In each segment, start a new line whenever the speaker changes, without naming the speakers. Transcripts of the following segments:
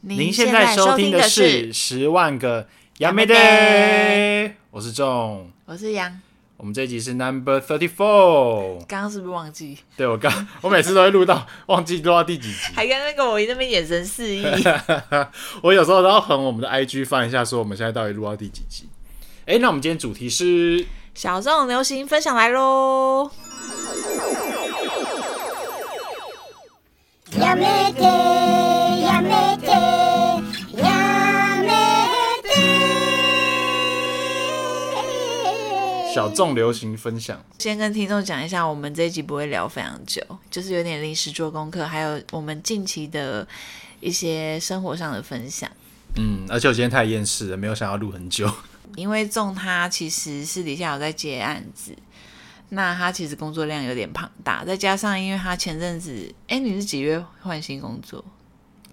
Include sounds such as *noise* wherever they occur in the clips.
您现在收听的是《十万个杨梅 day》，我是仲，
我是杨，
我们这一集是 Number Thirty Four。
刚刚是不是忘记？
对我刚， *laughs* 我每次都会录到忘记录到第几集， *laughs*
还跟那个我那边眼神示意。
我有时候都要横我们的 IG 翻一下，说我们现在到底录到第几集。哎、那我们今天主题是
*laughs* 小众流行分享来喽！
やめてやめてやめて
小众流行分享。
先跟听众讲一下，我们这一集不会聊非常久，就是有点临时做功课，还有我们近期的一些生活上的分享。
嗯，而且我今天太厌世了，没有想要录很久。 *laughs*
因为仲他其实私底下有在接案子，那他其实工作量有点庞大，再加上因为他前阵子，哎，你是几月换新工作？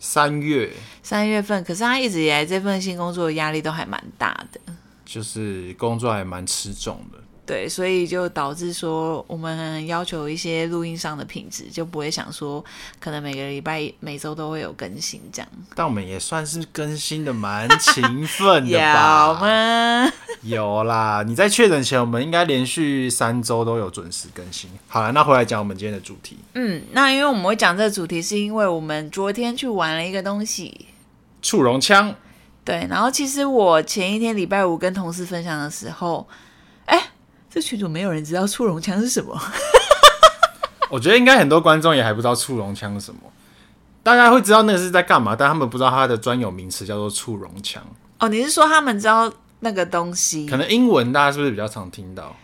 三月
三月份，可是他一直以来这份新工作的压力都还蛮大的，
就是工作还蛮吃重的。
对，所以就导致说我们要求一些录音上的品质，就不会想说可能每个礼拜、每周都会有更新这样。
但我们也算是更新的蛮勤奋的
有
*laughs* 吧？
吗？
有啦，你在确诊前，我们应该连续三周都有准时更新。好了，那回来讲我们今天的主题。
*laughs* 嗯，那因为我们会讲这个主题，是因为我们昨天去玩了一个东西。
触容枪，
对，然后其实我前一天礼拜五跟同事分享的时候，哎，这群主没有人知道触容枪是什么。
我觉得应该很多观众也还不知道触容枪是什么，大家会知道那个是在干嘛，但他们不知道它的专有名词叫做触容枪。
哦，你是说他们知道那个东西？
可能英文大家是不是比较常听到？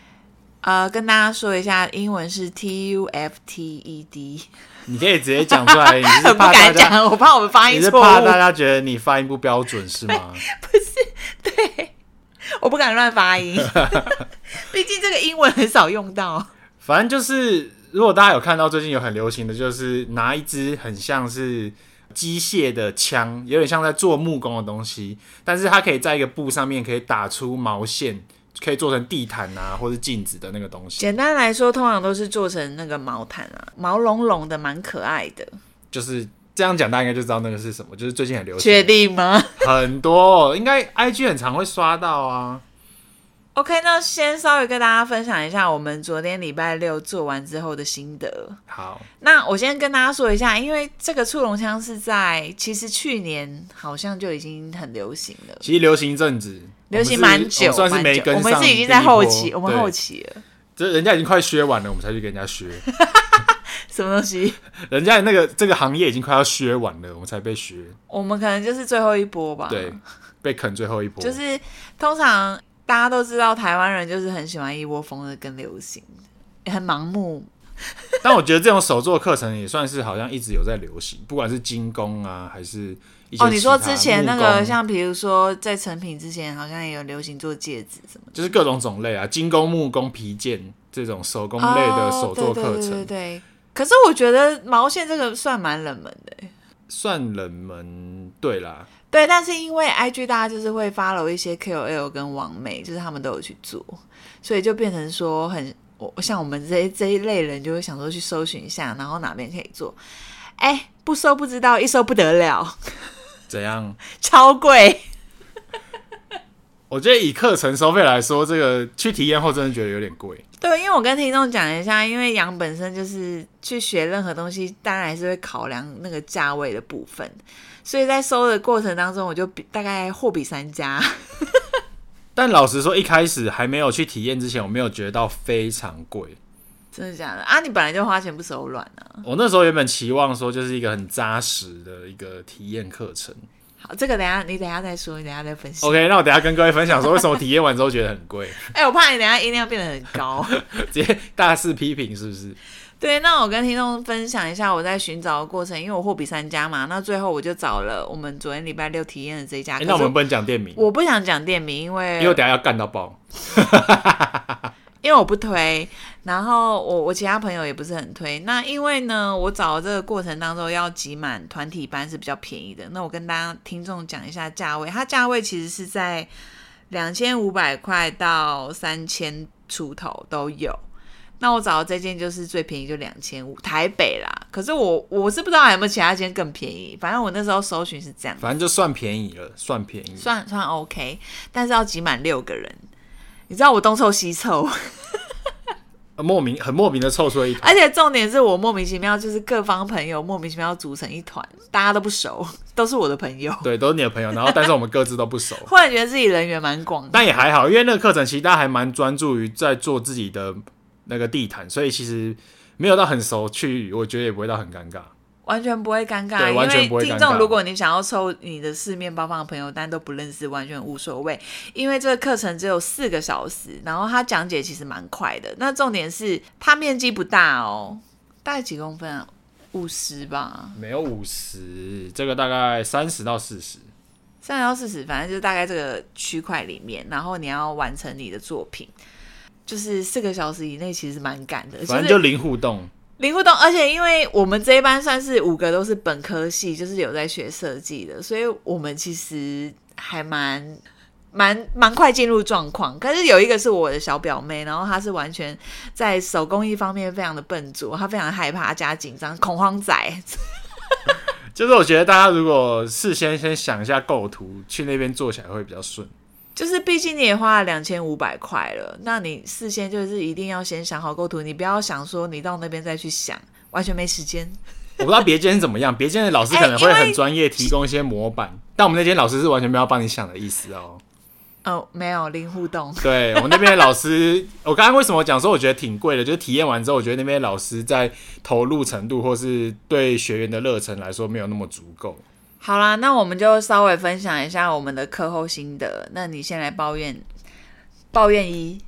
呃，跟大家说一下，英文是 T U F T E D，
你可以直接讲出来，你是
很不
怕大
敢
家，
讲， *laughs* 我怕我们发
你
音
是
错
怕大
误，
家觉得你发音不标准是吗？
我不敢乱发 *laughs* 音，毕竟这个英文很少用到。
反正就是，如果大家有看到最近有很流行的，就是拿一支很像是机械的枪，有点像在做木工的东西，但是它可以在一个布上面可以打出毛线，可以做成地毯啊或是镜子的那个东西，
简单来说，通常都是做成那个毛毯啊，毛茸茸的，蛮可爱的。
就是。这样讲，大家应该就知道那个是什么，就是最近很流
确
行，
定吗
很多应该 IG 很常会刷到啊。
？OK，那先稍微跟大家分享一下我们昨天礼拜六做完之后的心得。
好，
那我先跟大家说一下，因为这个触龙枪是在其实去年好像就已经很流行了。
其实流行一阵子，
流行
我们是
蛮久，
我们算是
蛮
没
久
跟
我
上第一波。
们是已经在后期，我们
对
后，期了，
这人家已经快削完了，我们才去给人家削。
什么东西？
人家那个这个行业已经快要削完了，我们才被削，
我们可能就是最后一波吧。 *laughs*
对，，被啃最后一波。
啊就是通常大家都知道，台湾人就是很喜欢一窝蜂的跟流行，也很盲目。
但我觉得这种手作课程也算是好像一直有在流行，不管是精工啊，还是一些
哦，你说
其他
之前那
木
个
工
像比如说在成品之前，好像也有流行做戒指什么的
就是各种种类啊，精工、木工、皮件这种手工类的手作课
哦对对
程、
对对对。可是我觉得毛线这个算蛮冷门的欸、
算冷门，对啦。
对，但是因为 IG 大家就是会 follow 一些 KOL 跟网媒，就是他们都有去做，所以就变成说很，我像我们这一这一类人就会想说去搜寻一下，然后哪边可以做。哎，不搜不知道，一搜不得了，
怎样？
超贵。
我觉得以课程收费来说，这个去体验后真的觉得有点贵。
对，因为我跟听众讲一下，因为杨本身就是去学任何东西，当然还是会考量那个价位的部分，所以在搜的过程当中，我就比大概货比三家。 *laughs*
但老实说，一开始还没有去体验之前，我没有觉得到非常贵。
真的假的啊？你本来就花钱不手软啊。
我那时候原本期望说，就是一个很扎实的一个体验课程。
好，这个等一下你等一下再说，你等一下再分析。
OK，那我等一下跟各位分享说，为什么体验完之后觉得很贵， *laughs*
哎、我怕你等一下音量变得很高。
直接大肆批评是不是？
啊对，那我跟听众分享一下我在寻找的过程，因为我货比三家嘛，那最后我就找了我们昨天礼拜六体验的这一家。
哎、
可是
那我们不能讲店名，
我不想讲店名，因为
因为我等一下要干到爆。
因为我不推，然后我我其他朋友也不是很推。那因为呢，我找的这个过程当中要挤满团体班是比较便宜的。那我跟大家听众讲一下价位，它价位其实是在两千五百块到三千出头都有。那我找的这件就是最便宜，就两千五台北啦。可是我我是不知道还有没有其他间更便宜，反正我那时候搜寻是这样，
反正就算便宜了，算便宜。
算算哦 OK，但是要挤满六个人。你知道我东凑西凑，
呃莫名很莫名的凑出了一团，
*laughs* 而且重点是我莫名其妙就是各方朋友莫名其妙组成一团，大家都不熟，都是我的朋友。 *laughs*
对，都是你的朋友，然后但是我们各自都不熟，
忽然觉得自己人缘蛮广的，
但也还好，因为那个课程其实大家还蛮专注于在做自己的那个地毯，所以其实没有到很熟去，我觉得也不会到很尴尬。
完全不会尴尬。
对
因
完
为
全不会尴
听
尬
众，如果你想要抽你的四面八方的朋友，但都不认识，完全无所谓，因为这个课程只有四个小时，然后他讲解其实蛮快的。那重点是它面积不大哦，大概几公分啊？五十吧，
没有五十，这个大概三十到四十。
三十到四十，反正就是大概这个区块里面，然后你要完成你的作品。就是四个小时以内，其实蛮赶的。
反
是
正就零互动，
林互动，而且因为我们这一班算是五个都是本科系，就是有在学设计的，所以我们其实还蛮蛮蛮快进入状况。可是有一个是我的小表妹，然后她是完全在手工艺方面非常的笨拙，她非常害怕加紧张，恐慌仔。
就是我觉得大家如果事先先想一下构图，去那边做起来会比较顺。
就是毕竟你也花了两千五百块了，那你事先就是一定要先想好构图，你不要想说你到那边再去想，完全没时间。
我不知道别间怎么样，别间的老
哎
师可能会很专业，提供一些模板，但我们那间老师是完全没有帮你想的意思哦。
哦，没有零互动。
对我们那边的老师，我刚刚为什么讲说我觉得挺贵的？就是体验完之后，我觉得那边的老师在投入程度或是对学员的热忱来说没有那么足够。
好啦，那我们就稍微分享一下我们的课后心得。那你先来抱怨，抱怨一，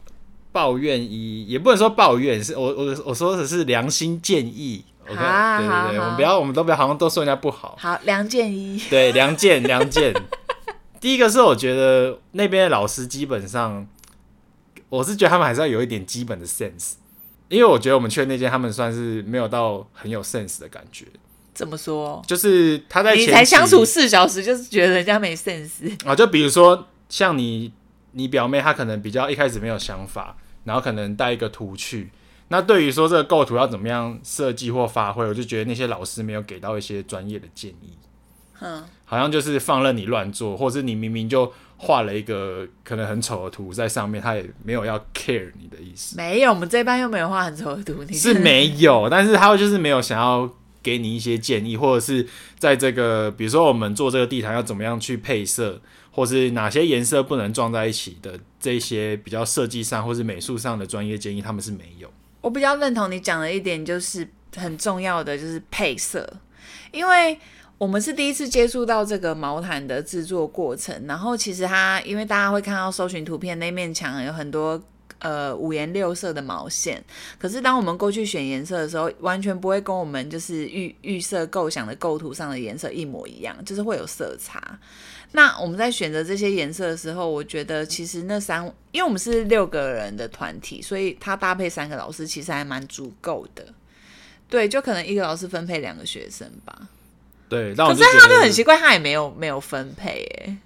抱怨一也不能说抱怨，是我我我说的是良心建议。OK，
啊好
对对对，
好
我们不要，我们都不要，好像都说人家不好。
好，梁建一，
对，梁健，梁
*laughs*
健。第一个是我觉得那边的老师基本上，我是觉得他们还是要有一点基本的 sense，因为我觉得我们去的那间他们算是没有到很有 sense 的感觉，
怎么说？
就是他在
你
前
才
期
相处四小时，就是觉得人家没 sense，
*laughs* 啊，就比如说像你你表妹，她可能比较一开始没有想法，然后可能带一个图去。那对于说这个构图要怎么样设计或发挥，我就觉得那些老师没有给到一些专业的建议。
嗯，
好像就是放任你乱做，或是你明明就画了一个可能很丑的图在上面，他也没有要 care 你的意思，
没有，我们这班又没有画很丑的图，你
是
真的
没有，但是他就是没有想要给你一些建议，或者是在这个比如说我们做这个地毯要怎么样去配色，或是哪些颜色不能撞在一起的这些比较设计上或是美术上的专业建议，他们是没有。
我比较认同你讲的一点，就是很重要的就是配色，因为我们是第一次接触到这个毛毯的制作过程。然后其实它，因为大家会看到搜寻图片那面墙有很多呃五颜六色的毛线，可是当我们过去选颜色的时候，完全不会跟我们就是预预设构想的构图上的颜色一模一样，就是会有色差。那我们在选择这些颜色的时候，我觉得其实那三，因为我们是六个人的团体，所以它搭配三个老师其实还蛮足够的。对，就可能一个老师分配两个学生吧。
对，但我
可
就是觉
他就很
得
奇怪，他也没有没有分配耶。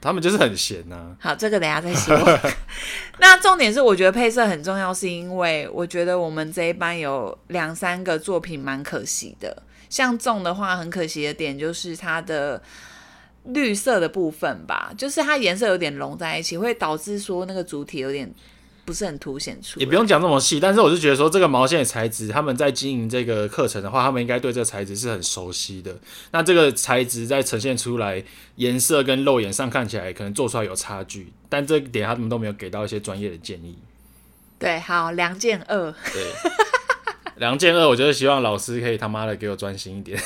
他们就是很闲啊呐、
好，这个等一下再说。 *laughs* 那重点是，我觉得配色很重要，是因为我觉得我们这一班有两三个作品蛮可惜的。像重的话，很可惜的点就是它的绿色的部分吧，就是它颜色有点融在一起，会导致说那个主体有点不是很凸显出来。
也不用讲那么细，但是我是觉得说这个毛线的材质，他们在经营这个课程的话，他们应该对这个材质是很熟悉的。那这个材质在呈现出来颜色跟肉眼上看起来可能做出来有差距，但这点他们都没有给到一些专业的建议。
对，好，梁建二，
对，梁建二，我就是希望老师可以他妈的给我专心一点。 *laughs*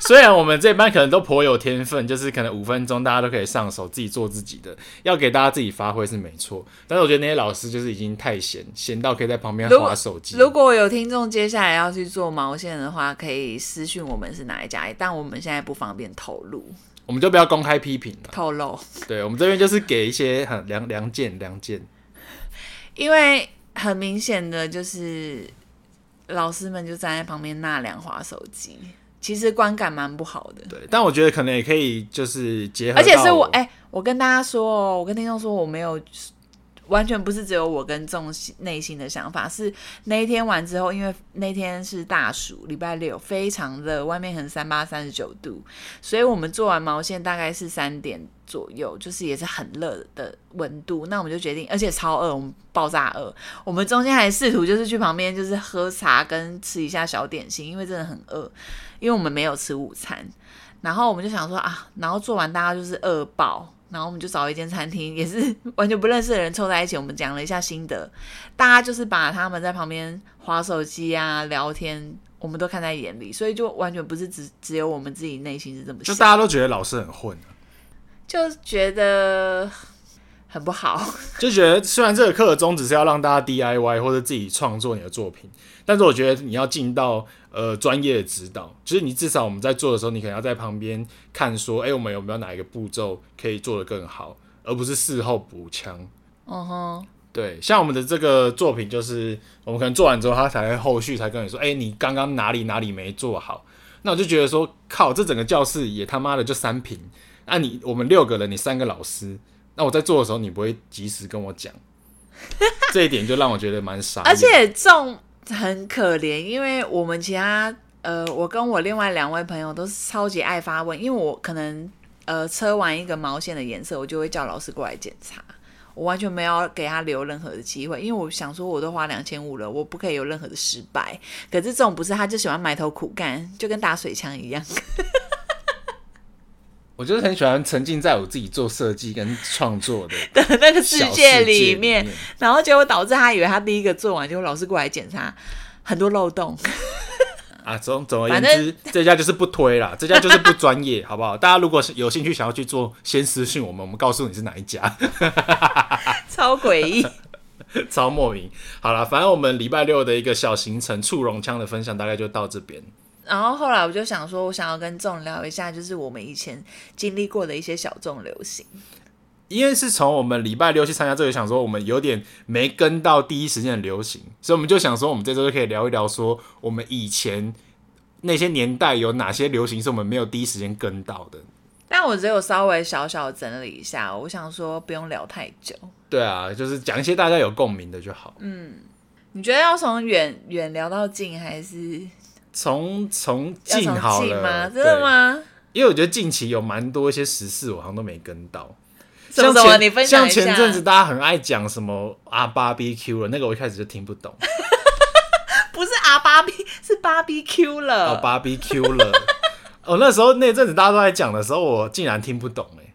虽然我们这班可能都颇有天分，就是可能五分钟大家都可以上手，自己做自己的，要给大家自己发挥是没错。但是我觉得那些老师就是已经太闲，闲到可以在旁边
如果
划手机。
如果有听众接下来要去做毛线的话，可以私讯我们是哪一家，但我们现在不方便透露
我们就不要公开批评了。
透露。
对我们这边就是给一些很良良见良见，
因为很明显的就是老师们就站在旁边纳凉划手机，其实观感蛮不好的。
对，但我觉得可能也可以就是结合到，
哎而且是我哎、我跟大家说哦，我跟听众说我没有，完全不是只有我跟重心内心的想法，是那一天完之后，因为那天是大暑，礼拜六非常热，外面可能三八三十九度，所以我们做完毛线大概是三点左右，就是也是很热的温度。那我们就决定，而且超饿，我们爆炸饿。我们中间还试图就是去旁边就是喝茶跟吃一下小点心，因为真的很饿，因为我们没有吃午餐。然后我们就想说啊，然后做完大家就是饿爆，然后我们就找一间餐厅，也是完全不认识的人凑在一起，我们讲了一下心得，大家就是把他们在旁边划手机啊、聊天，我们都看在眼里，所以就完全不是只只有我们自己内心是这么
就
想，
大家都觉得老师很混，
就觉得很不好。 *laughs*
就觉得虽然这个课的宗旨是要让大家 DIY 或者自己创作你的作品，但是我觉得你要尽到呃专业的指导，就是你至少我们在做的时候，你可能要在旁边看说，哎、我们有没有哪一个步骤可以做得更好，而不是事后补枪。
嗯哼，
对，像我们的这个作品，就是我们可能做完之后，他才会后续才跟你说，哎、你刚刚哪里哪里没做好。那我就觉得说，靠，这整个教室也他妈的就三平。那、你我们六个人，你三个老师，那我在做的时候，你不会及时跟我讲，这一点就让我觉得蛮傻眼。
而且仲很可怜，因为我们其他呃，我跟我另外两位朋友都是超级爱发问，因为我可能呃车完一个毛线的颜色，我就会叫老师过来检查。我完全没有给他留任何的机会，因为我想说我都花两千五了，我不可以有任何的失败。可是这种不是，他就喜欢埋头苦干，就跟打水枪一样。 *laughs*
我就是很喜欢沉浸在我自己做设计跟创作的
那个
小
世界
里
里面，然后结果导致他以为他第一个做完，结果老师过来检查很多漏洞。 *laughs*
啊，总总而言
反
之，这家就是不推啦，这家就是不专业，好不好？大家如果是有兴趣想要去做，先私信我们，我们告诉你是哪一家，
超诡异。
超莫名。好啦，反正我们礼拜六的一个小行程，触容枪的分享大概就到这边。
然后后来我就想说，我想要跟众聊一下，就是我们以前经历过的一些小众流行。
因为是从我们礼拜六去参加这个，想说我们有点没跟到第一时间的流行，所以我们就想说，我们这周就可以聊一聊，说我们以前那些年代有哪些流行是我们没有第一时间跟到的。
但我只有稍微小小整理一下，我想说不用聊太久。
对啊，就是讲一些大家有共鸣的就好。
你觉得要从远远聊到近，还是
从从
要
近
从
好
近
了，
吗？真的
对？
吗？
因为我觉得近期有蛮多一些时事，我好像都没跟到。
什么什
像
么
前
你分享
像
一下
前阵子大家很爱讲什么啊 BBQ 了，那个我一开始就听不懂，
不是 R 芭比，是芭比 Q 了。
哦 BBQ
*laughs*
了。哦，那时候那阵子大家都在讲的时候，我竟然听不懂哎、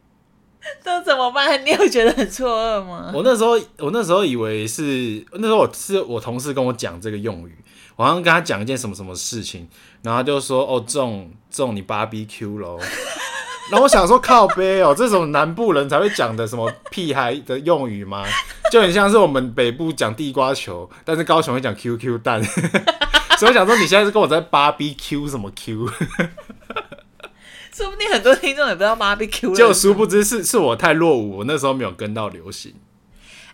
那怎么办？你 *laughs* 有觉得很错愕吗？
*laughs* 我那时候我那时候以为是那时候我是我同事跟我讲这个用语，我好像跟他讲一件什么什么事情，然后他就说哦中中你 BBQ 喽。然后我想说靠背哦，这种南部人才会讲的什么屁孩的用语吗？就很像是我们北部讲地瓜球，但是高雄会讲 QQ 蛋， *laughs* 所以我想说你现在是跟我在 BBQ 什么 Q？
说不定很多听众也不知道芭比 Q 了。
就殊不知是是我太落伍，我那时候没有跟到流行。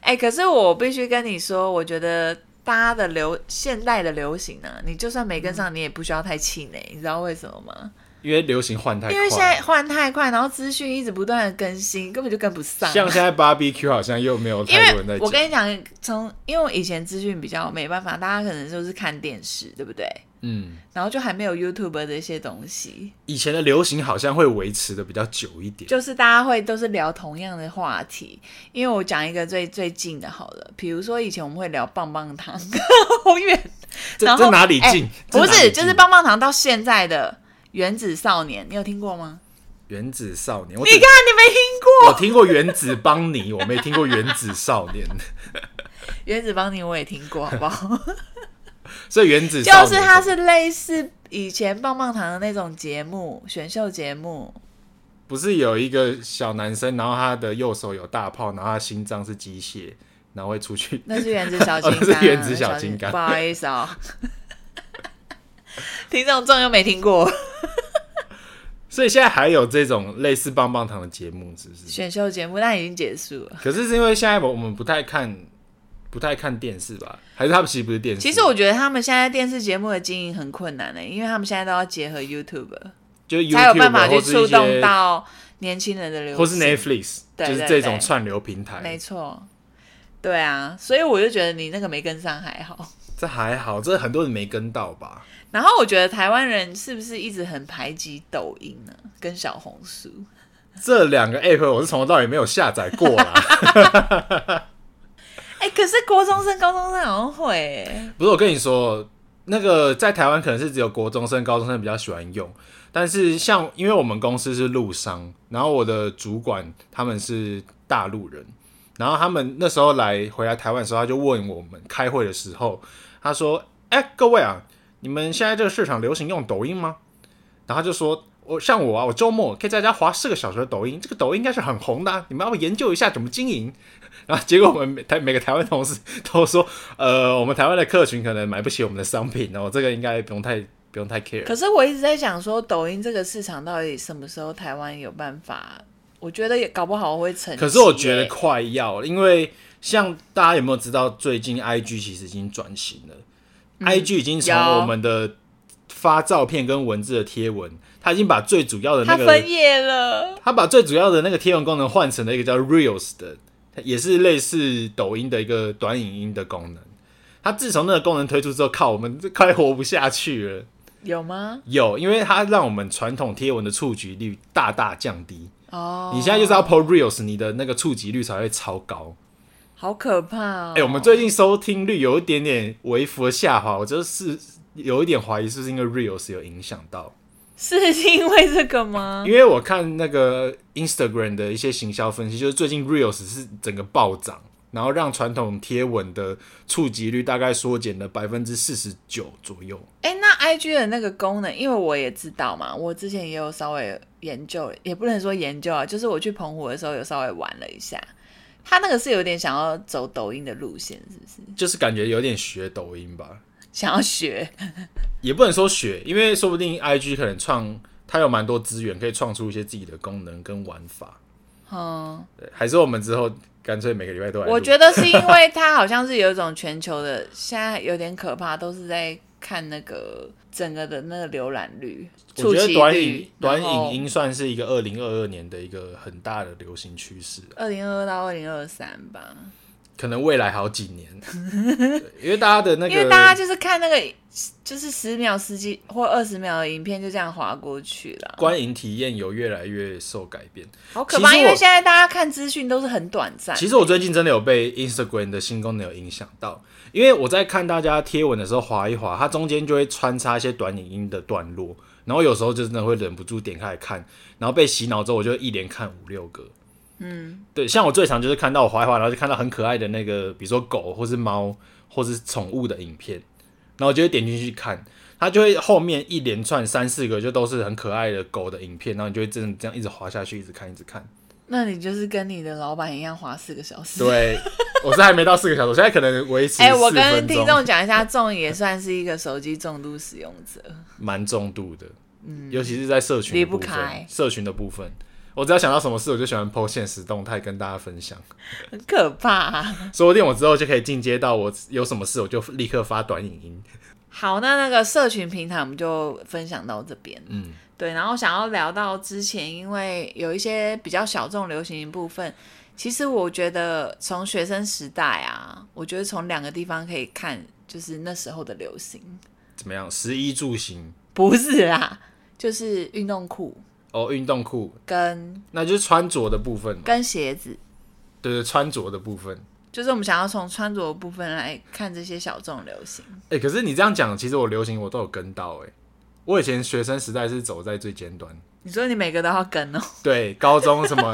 哎、可是我必须跟你说，我觉得大家的流现代的流行呢、你就算没
嗯
跟上，你也不需要太气馁，你知道为什么吗？
因为流行换太快，
因为现在换太快，然后资讯一直不断的更新，根本就跟不上。啊
像现在 BBQ 好像又没有
因
太多人在
为
讲
我。跟你讲，从因为我以前资讯比较没办法，大家可能就是看电视，对不对？
嗯，
然后就还没有 YouTube 这些东西，
以前的流行好像会维持的比较久一点。
就是大家会都是聊同样的话题。因为我讲一个最最近的好了，比如说以前我们会聊棒棒糖， *laughs* 好远
这
然后
这哪里近？
哎
这
不
哪里
是，
近
就是棒棒糖到现在的原子少年，你有听过吗？
原子少年。我
你
只
看你没听
我
过， *laughs*
听过原子邦尼，我没听过原子少年。 *laughs*
原子邦尼我也听过，好不好？
所以原子
就
少年
是它是类似以前棒棒糖的那种节目，选秀节目。
不是有一个小男生，然后他的右手有大炮，然后他心脏是机械，然后会出去。
那是原子小金
*laughs* 哦
刚，
那是原子小金刚
不好意思哦， *laughs* 听众众又没听过
所以现在还有这种类似棒棒糖的节目，是不是？
选秀节目，但已经结束了。
可是是因为现在我们不太看，不太看电视吧？还是他们其实不是电视？
其实我觉得他们现在电视节目的经营很困难呢、欸因为他们现在都要结合 YouTube，
就是 YouTube 啊
才有办法
或
去
是一
触
些
动到年轻人的流行，
或是 Netflix，
对
就是
对
这
对
种串流平台。
没错。对啊，所以我就觉得你那个没跟上还好。
这还好，这很多人没跟到吧？
然后我觉得台湾人是不是一直很排挤抖音呢、跟小红书？
这两个 app 我是从头到尾没有下载过啦。 *laughs*
哎、可是国中生、高中生好像会、欸，
不是，我跟你说，那个在台湾可能是只有国中生、高中生比较喜欢用，但是像因为我们公司是陆商，然后我的主管他们是大陆人，然后他们那时候来回来台湾的时候，他就问我们开会的时候，他说：“哎、各位啊，你们现在这个市场流行用抖音吗？”然后他就说。我像我啊，我周末可以在家划四个小时的抖音，这个抖音应该是很红的、啊，你们要不研究一下怎么经营。 *laughs* 然后结果我们每台每个台湾同事都说，呃，我们台湾的客群可能买不起我们的商品哦，这个应该不用太不用太 care。
可是我一直在想说，抖音这个市场到底什么时候台湾有办法？我觉得也搞不好会成、欸
可是我觉得，快要了，因为像大家有没有知道，最近 IG 其实已经转型了、i g 已经从
嗯有
我们的发照片跟文字的贴文，它已经把最主要的那
它
个
分页了。
他把最主要的那个贴文功能换成了一个叫 Reels 的，它也是类似抖音的一个短影音的功能。它自从那个功能推出之后，靠，我们这快活不下去了。
有吗？
有，因为它让我们传统贴文的触及率大大降低。
哦，
你现在就是要 PO Reels，你的那个触及率才会超高。
好可怕哦！
哎、我们最近收听率有一点点微幅的下滑，我就是有一点怀疑是不是因为 Reels 有影响到。
是因为这个吗？
因为我看那个 Instagram 的一些行销分析，就是最近 Reels 是整个暴涨，然后让传统贴文的触及率大概缩减了百分之四十九左右。
哎、那 I G 的那个功能，因为我也知道嘛，我之前也有稍微研究，也不能说研究啊，就是我去澎湖的时候有稍微玩了一下。他那个是有点想要走抖音的路线，是不是？
就是感觉有点学抖音吧，
想要学，
也不能说学，因为说不定 IG 可能创它有蛮多资源，可以创出一些自己的功能跟玩法。
嗯，
对还是我们之后干脆每个礼拜都来录。
我觉得是因为他好像是有一种全球的，现在有点可怕，都是在看那个整个的那个浏览率、触
我
及
觉得短影
率，
短影音算是一个二零二二年的一个很大的流行趋势、啊。
二零二二到二零二三吧，
可能未来好几年， *laughs* 对因为大家的那个，
因为大家就是看那个就是十秒、十几或二十秒的影片，就这样划过去了。
观影体验有越来越受改变。
好可怕！
其实我
因为现在大家看资讯都是很短暂。
其实我最近真的有被 Instagram 的新功能有影响到，因为我在看大家贴文的时候划一划，它中间就会穿插一些短影音的段落，然后有时候就真的会忍不住点开来看，然后被洗脑之后，我就一连看五六个。嗯，对，像我最常就是看到我划一划，然后就看到很可爱的那个，比如说狗或是猫或是宠物的影片，然后我就会点进去看，它就会后面一连串三四个就都是很可爱的狗的影片，然后你就会真的这样一直滑下去，一直看，一直看。
那你就是跟你的老板一样划四个小时。
对，我是还没到四个小时，我现在可能维持
*laughs* 哎、我
4
跟
分
听众
钟，
讲一下，仲也算是一个手机重度使用者。
蛮重度的，嗯，尤其是在社群
离
的
不
部
开
分，社群的部分，我只要想到什么事，我就喜欢 PO 现实动态跟大家分享，
很可怕、啊
说不定我之后就可以进阶到我有什么事我就立刻发短影音。
好，那那个社群平台我们就分享到这边。
嗯，
对，然后想要聊到之前，因为有一些比较小众流行的部分，其实我觉得从学生时代啊，我觉得从两个地方可以看，就是那时候的流行，
怎么样？十一住行
不是啦，就是运动裤
哦，运动裤，
跟
那就是穿着的部分嘛，
跟鞋子，
对对，穿着的部分。
就是我们想要从穿着的部分来看这些小众流行。
哎、可是你这样讲，其实我流行我都有跟到哎、我以前学生时代是走在最尖端，
你说你每个都要跟哦，
对，高中
*laughs*
什么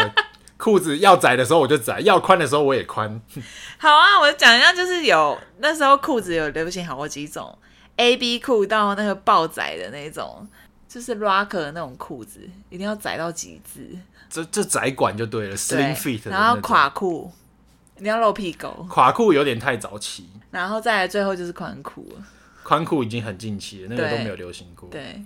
裤子要窄的时候我就窄，要宽的时候我也宽。
好啊，我讲一下，就是有那时候裤子有流行好几种，A B 裤到那个爆窄的那种，就是 rocker 的那种裤子，一定要窄到极致，
这这窄管就对了
对
，slim fit，的
然后
那种
垮裤，你要露屁股，
垮裤有点太早期，
然后再来最后就是宽裤了，
宽裤已经很近期了，那个
对
都没有流行过。，
对，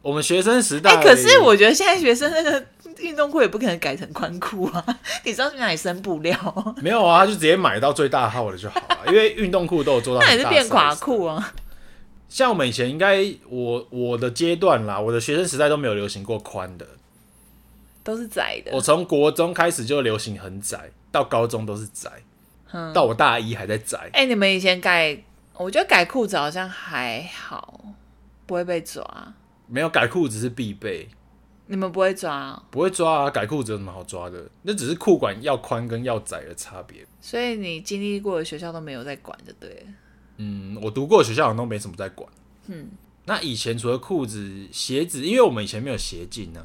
我们学生时代，
哎、可是我觉得现在学生那个运动裤也不可能改成宽裤啊，你知道去哪里生布料？
没有啊，就直接买到最大号的就好了，因为运动裤都有做到
*laughs* 那
很
也是
大 size 的，
变垮裤啊，
像我们以前应该，我我的阶段啦，我的学生时代都没有流行过宽的。
都是窄的
我。从国中开始就流行很窄，到高中都是窄。
嗯
到我大一还在摘。
哎、你们以前改，我觉得改裤子好像还好，不会被抓。
没有改裤子是必备，
你们不会抓哦、
不会抓啊，改裤子有什么好抓的？那只是裤管要宽跟要窄的差别。
所以你经历过的学校都没有在管，就对了。
嗯，我读过的学校好像都没什么在管。
嗯，
那以前除了裤子、鞋子，因为我们以前没有鞋啊禁呢、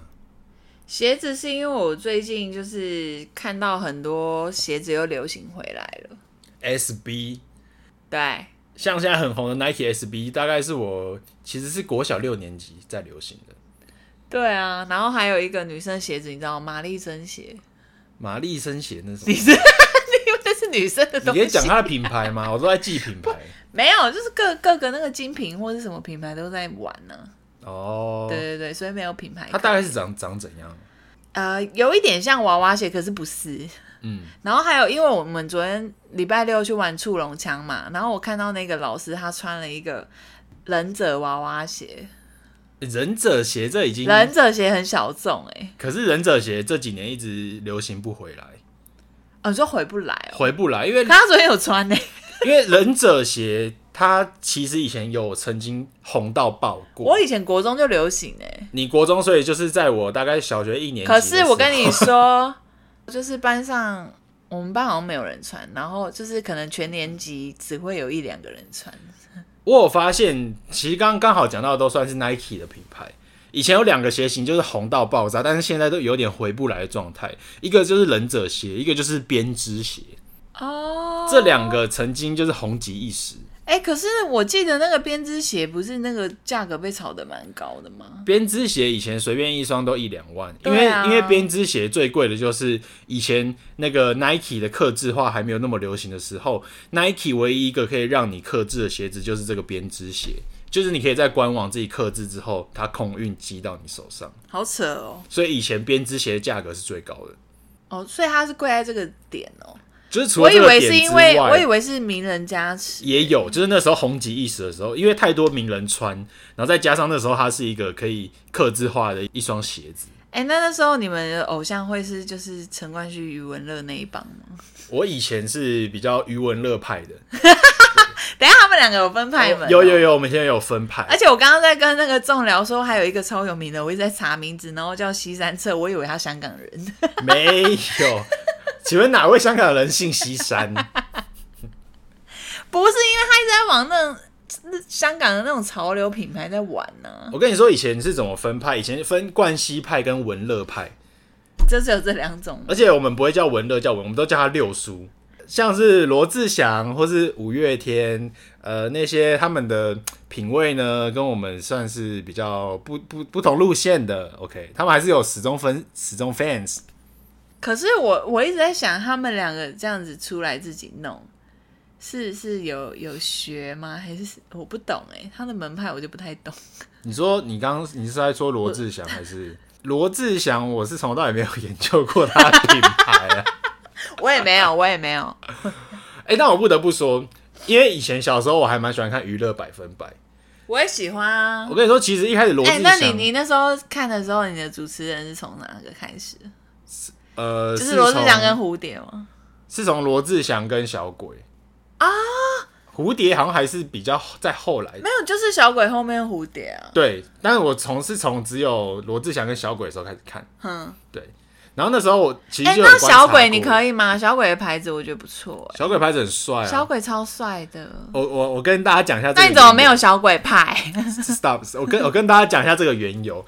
鞋子是因为我最近就是看到很多鞋子又流行回来了，
SB
对，
像现在很红的 Nike SB，大概是我其实是国小六年级在流行的。
对啊，然后还有一个女生的鞋子，你知道吗？玛丽珍鞋， *laughs*
玛丽生鞋那是
你是
什
因为那是女生的
么，
东西，
你可以讲它啊的品牌吗？我都在记品牌。
没有，就是各各个那个精品或是什么品牌都在玩呢、
哦，
*laughs* 对对对，所以没有品牌看。
它大概是长长怎样？
呃，有一点像娃娃鞋，可是不是。
嗯，
然后还有，因为我们昨天礼拜六去玩触龙枪嘛，然后我看到那个老师他穿了一个忍者娃娃鞋，
忍者鞋这已经，
忍者鞋很小众哎、
可是忍者鞋这几年一直流行不回来，
哦，你说回不来哦？
回不来，因为
可他昨天有穿欸
*laughs*
呢、
因为忍者鞋它其实以前有曾经红到爆过
我。以前国中就流行哎、
你国中，所以就是在我大概小学一年级
可
的时
是
候。
我跟你
*laughs*
说， *laughs* 就是班上我们班好像没有人穿，然后就是可能全年级只会有一两个人穿。
我有发现，其实刚刚好讲到的都算是 Nike 的品牌。以前有两个鞋型就是红到爆炸，但是现在都有点回不来的状态。一个就是忍者鞋，一个就是编织鞋，
哦，
这两个曾经就是红极一时。
哎、可是我记得那个编织鞋不是那个价格被炒得蛮高的吗？
编织鞋以前随便一双都一两万，因为、
对啊
因为编织鞋最贵的就是以前那个 Nike 的刻制化还没有那么流行的时候，Nike 唯一一个可以让你刻制的鞋子就是这个编织鞋，就是你可以在官网自己刻制之后，它空运寄到你手上，
好扯哦，
所以以前编织鞋的价格是最高的。
哦，所以它是贵在这个点哦。
就是除
我
了
以
这个
为
点
是因
之
为
外
我以为是名人加持，
也有，就是那时候红极一时的时候，因为太多名人穿，然后再加上那时候它是一个可以刻制化的一双鞋子。
哎、那那时候你们的偶像会是就是陈冠希、余文乐那一帮吗？
我以前是比较余文乐派的，
等一下他们两个有分派哦啊门、
有有。有，我们现在有分派，
而且我刚刚在跟那个仲聊说，还有一个超有名的，我一直在查名字，然后叫西山彻，我以为他香港人。 *laughs*
没有。请问哪位香港人姓西山？ *laughs*
不是因为他一直在往那种那香港的那种潮流品牌在玩呢、
我跟你说，以前是怎么分派？以前分冠希派跟文乐派，
就只有这两种。
而且我们不会叫文乐，叫文，我们都叫他六叔。像是罗志祥或是五月天，呃，那些他们的品味呢，跟我们算是比较不不不同路线的。OK，他们还是有始终分始终 fans。
可是我我一直在想，他们两个这样子出来自己弄，是是有有学吗？还是我不懂哎、他的门派我就不太懂。
你说你刚刚你是在说罗志祥还是罗志祥？我是从头到尾没有研究过他的品牌啊。
*laughs*
*laughs*
我也没有，我也没有。
哎、但我不得不说，因为以前小时候我还蛮喜欢看娱乐百分百。
我也喜欢啊
我。跟你说，其实一开始罗志
哎、
祥，
那你你那时候看的时候，你的主持人是从哪个开始？
呃，
就是罗志祥跟
是从
蝴蝶吗？
是从罗志祥跟小鬼啊，蝴蝶好像还是比较在后来
没。有，就是小鬼后面蝴蝶啊。
对，但是我从是从只有罗志祥跟小鬼的时候开始看，
哼，
对，然后那时候我其
嗯
实
哎、
就有
那
观察
小鬼你
过
可以吗？小鬼的牌子我觉得不错、
小鬼牌子很帅啊，
哎，小鬼超帅的。
我我我跟大家讲一下这个
那
原因，
你怎么没有小鬼派？
*laughs* Stop！我跟我跟大家讲一下这个缘由。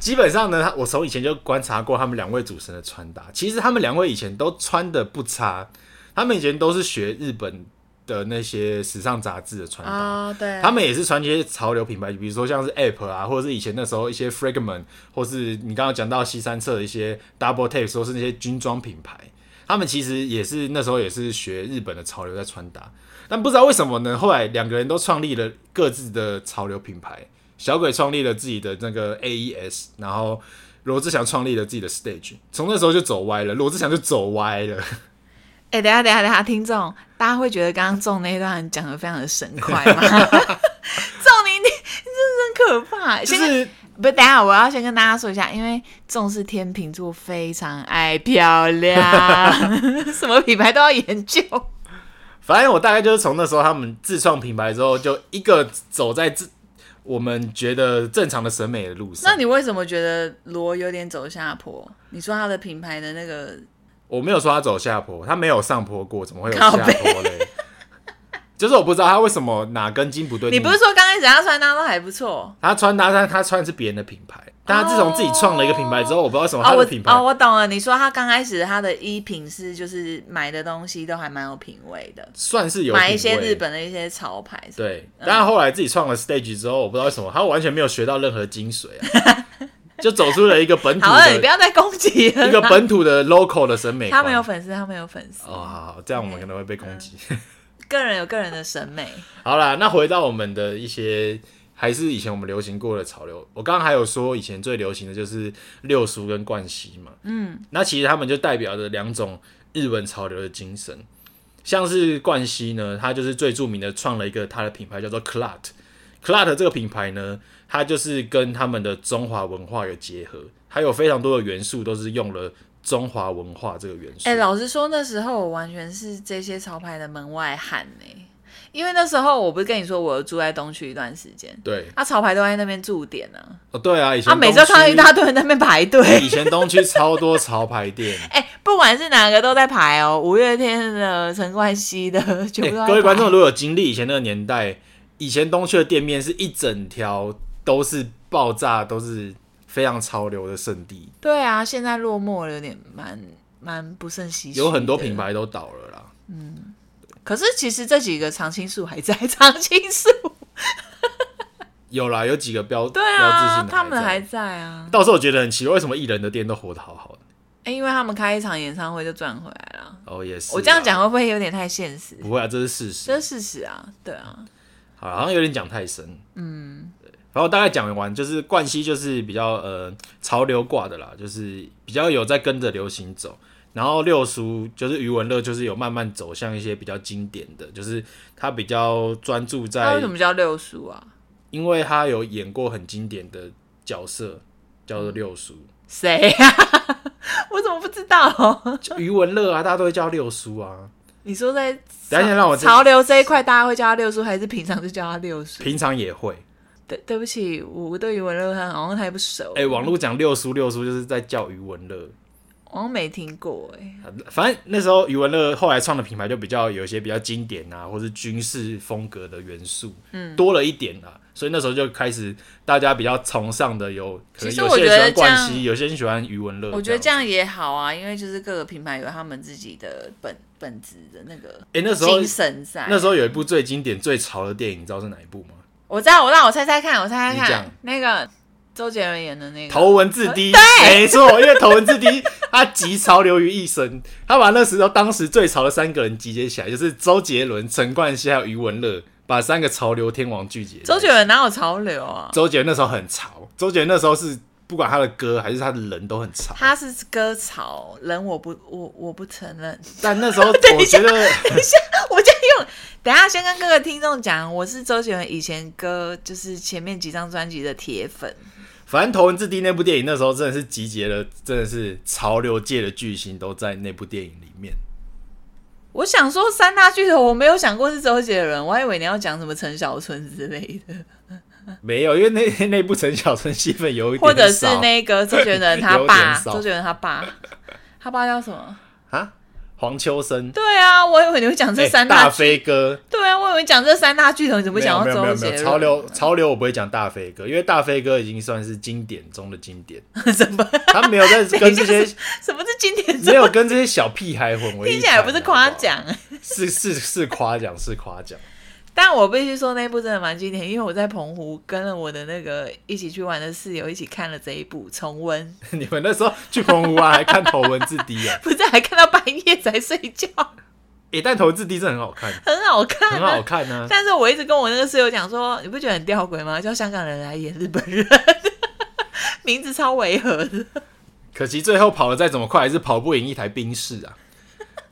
基本上呢，他我从以前就观察过他们两位主持人的穿搭。其实他们两位以前都穿的不差，他们以前都是学日本的那些时尚杂志的穿搭。
哦，对，
他们也是穿一些潮流品牌，比如说像是 App 啊，或者是以前那时候一些 Fragment，或是你刚刚讲到西三社的一些 Double Take，或是那些军装品牌，他们其实也是那时候也是学日本的潮流在穿搭，但不知道为什么呢，后来两个人都创立了各自的潮流品牌，小鬼创立了自己的那个 AES，然后罗志祥创立了自己的 Stage，从那时候就走歪了，罗志祥就走歪了。
哎、等一下，等一下，等一下，听众，大家会觉得刚刚中那一段讲的非常的神快吗？ *laughs* 中你，你你真的很可怕。
就
先跟
是
不，等一下我要先跟大家说一下，因为重是天 *laughs* 秤座，非常爱漂亮，什么品牌都要研究。
反正我大概就是从那时候他们自创品牌之后，就一个走在自我们觉得正常的审美的路
*laughs* 那
上。
你为什么觉得罗有点走下坡？你说他的品牌的那个
我没有说他走下坡，他没有上坡过，怎么会有下
靠背
坡嘞？就是我不知道他为什么哪根筋不对。
你不是说刚开始他穿搭都还不错
他穿搭，但他穿的是别人的品牌。但他自从自己创了一个品牌之后，我不知道为什么
哦？
他
我
的品牌
哦，我懂了。你说他刚开始他的衣品是就是买的东西都还蛮有品味的，
算是有
买一
品
些
味
日本嗯的一些潮牌。，
对，但他后来自己创了 stage 之后，我不知道为什么他完全没有学到任何精髓啊，就走出了一个本土
好了，哎你不
的
要再攻击了啦。
一个本土的 local 的审美观。
他没有粉丝，他没有粉丝，
哦，好好，好这样我们可能会被攻击。
嗯个人有个人的审美。
*laughs* 好啦，那回到我们的一些，还是以前我们流行过的潮流。我刚刚还有说，以前最流行的就是六叔跟冠希嘛。嗯，那其实他们就代表着两种日文潮流的精神。像是冠希呢，他就是最著名的创了一个他的品牌叫做 Clut。Clut 这个品牌呢，它就是跟他们的中华文化有结合，还有非常多的元素都是用了中华文化这个元素。
哎、老实说，那时候我完全是这些潮牌的门外汉呢、因为那时候我不是跟你说，我有住在东区一段时间，
对，
啊，潮牌都在那边驻点呢、啊，
哦对啊，以前
每次都看到一
东区
大堆人在那边排队。
以前东区超多潮牌店，
哎、不管是哪个都在排哦，五月天的、陈冠希的， *laughs* 全部都
欸
在排、
各位观众如果有经历以前那个年代，以前东区的店面是一整条都是爆炸，都是非常潮流的圣地，
对啊，现在落寞了，有点蛮蛮不胜唏嘘。
有很多品，牌都倒了啦。
可是其实这几个常青树还在， *laughs* 常青树，
有啦，有几个标
对
标志
啊
性，的
他们还
在
在啊。
到时候我觉得很奇怪，为什么艺人的店都活得好好的？
哎、因为他们开一场演唱会就赚回来了。
哦，也是。
我这样讲，会不会有点太现实？
不会啊，这是事实
这。是事实啊，对啊，
好啦，好像有点讲太深。嗯，对。然后大概讲完，就是冠希就是比较呃潮流挂的啦，就是比较有在跟着流行走。然后六叔就是余文乐，就是有慢慢走向一些比较经典的，就是他比较专注
那
在
为什，么叫六叔啊？
因为他有演过很经典的角色，叫做
*laughs*
六叔，
谁呀、我怎么不知道？
就余文乐啊，大家都会叫六叔啊。
你说在
等一下让我这
潮流这一块，大家会叫他六叔，还是平常就叫他六叔？
平常也会，
对，对不起，我对于文乐汉好像太不熟。
哎、网络讲六叔六叔就是在叫余文乐，
我好像没听过哎、
反正那时候余文乐后来创的品牌就比较有一些比较经典啊，或是军事风格的元素，嗯，多了一点啊，所以那时候就开始大家比较崇尚的有，可
其
能
实
有
我
些人
觉
喜
得
欢冠
这样
希，有些人喜欢余文乐，
我觉得这
这样。
样也好啊，因为就是各个品牌有他们自己的本本质的那个
哎、那时候
精神在。
那时候有一部最经典、最潮的电影，你知道是哪一部吗？
我知道，我让我猜猜看，我猜猜
你
看
讲，
那个周杰伦演的那个
头文字 D，对，没错，因为头文字 D 他集潮流于一身，他把那时候当时最潮的三个人集结起来，就是周杰伦、陈冠希还有余文乐，把三个潮流天王聚集。
周杰伦哪有潮流啊？
周杰伦那时候很潮，周杰伦那时候是不管他的歌还是他的人都很潮，
他是割草人，我不，我我不承
*laughs*
认。
但那时
*laughs*
候我觉得
我就用，等一下先跟各个听众讲，我是周杰伦以前歌就是前面几张专辑的铁粉。
反正《头文字 D》那部电影那时候真的是集结了，真的是潮流界的巨星都在那部电影里面。
我想说三大巨头，我没有想过是周杰伦，我还以为你要讲什么陈小春之类
*laughs*
的，
没有，因为那那部陈小春戏份有一点少，
或者是那个周杰伦他
*laughs* 有
爸
点，少
周杰伦他爸，他爸叫什么？
啊黄秋生，
对啊，我以为你会讲这
哎
三
大
大巨，
飞哥，
对啊，我以为讲这三大巨头，你怎么
没
会想
有
到
没有没
周
有没
杰
有
伦？*laughs*
潮流潮流我不会讲大飞哥，因为大飞哥已经算是经典中的经典，
什么？
他没有
*laughs*
在跟这些
什么是经典
没
中？
有跟这些小屁孩混为一
听
谈，
起来不是夸
好不好
奖。
是是是夸奖，是夸奖。
*laughs*
*laughs*
但我必须说那一部真的蛮经典，因为我在澎湖跟了我的那个一起去玩的室友一起看了这一部重温， *laughs*
你们那时候去澎湖啊，还看头文字 D 啊？
不是还看到半夜才睡觉，
诶、但头文字 D 真的很好看，
很好看、啊，
很好。看啊。
但是我一直跟我那个室友讲说，你不觉得很吊诡吗？叫香港人来演日本人， *laughs* 名字超违和的。
可惜最后跑的再怎么快，还是跑不赢一台宾士啊。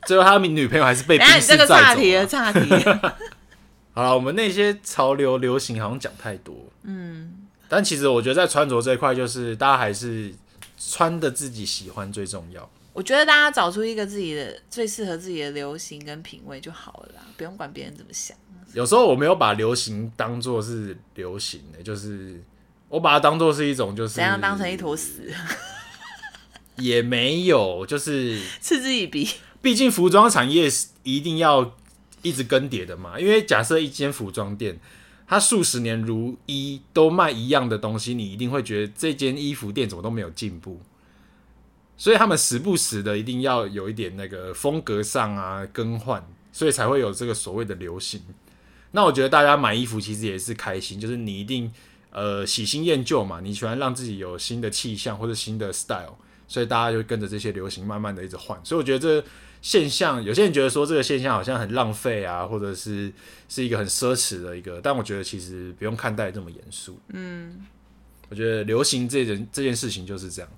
最后他的女朋友还是被
等
宾
一下你
士
这个
载走、
岔题了，
啊。
岔题了。
好了，我们那些潮流流行好像讲太多，嗯。但其实我觉得在穿着这一块，就是大家还是穿的自己喜欢最重要。
我觉得大家找出一个自己的最适合自己的流行跟品味就好了啦，不用管别人怎么想。
有时候我没有把流行当做是流行的、就是我把它当做是一种就是
怎样当成一坨屎， *laughs*
也没有，就是
嗤之以鼻。
毕竟服装产业是一定要一直更迭的嘛。因为假设一间服装店，它数十年如一都卖一样的东西，你一定会觉得这间衣服店怎么都没有进步。所以他们时不时的一定要有一点那个风格上啊更换，所以才会有这个所谓的流行。那我觉得大家买衣服其实也是开心，就是你一定呃喜新厌旧嘛，你喜欢让自己有新的气象或者新的 style，所以大家就跟着这些流行慢慢的一直换。所以我觉得这现象，有些人觉得说这个现象好像很浪费啊，或者是是一个很奢侈的一个，但我觉得其实不用看待这么严肃。嗯，我觉得流行这件这件事情就是这样，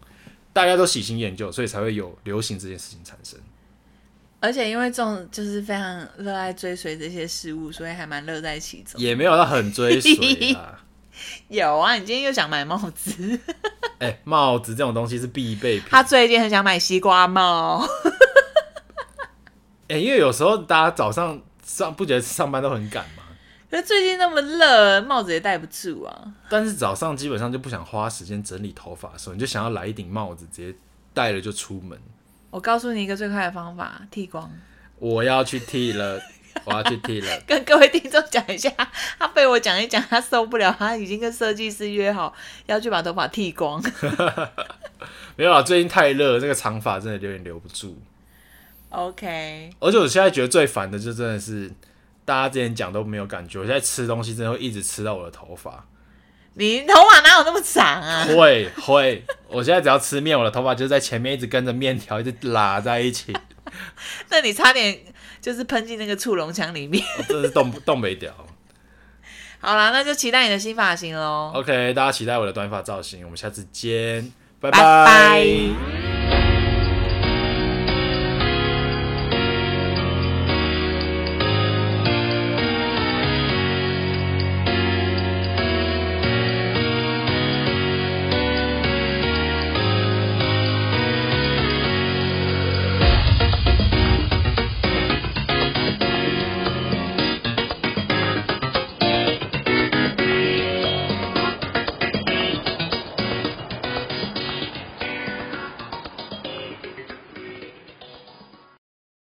大家都喜新厌旧，所以才会有流行这件事情产生。
而且因为这种就是非常热爱追随这些事物，所以还蛮乐在其中。
也没有到很追随啦。
*laughs* 有啊，你今天又想买帽子， *laughs*
哎、帽子这种东西是必备品。
他最近很想买西瓜帽。
哎、因为有时候大家早上上不觉得上班都很赶嘛，
*laughs* 可是最近那么热，帽子也戴不住啊。
但是早上基本上就不想花时间整理头发的时候，你就想要来一顶帽子，直接戴了就出门。
我告诉你一个最快的方法，剃光。 *laughs*
我要去剃了， *laughs* 我要去剃了。
跟各位听众讲一下，他被我讲一讲，他受不了，他已经跟设计师约好要去把头发剃光。 *laughs*
没有啦，最近太热，这个长发真的有点留不住。
OK，
而且我现在觉得最烦的就真的是大家之前讲都没有感觉，我现在吃东西真的会一直吃到我的头发。
你头发哪有那么长啊？ *laughs*
会会，我现在只要吃面，我的头发就在前面一直跟着面条一直拉在一起， *laughs*
那你差点就是喷进那个触龙墙里面。 *laughs*
我真的是动不动没掉。
好啦，那就期待你的新发型喽。
OK，大家期待我的短发造型，我们下次见，拜
拜拜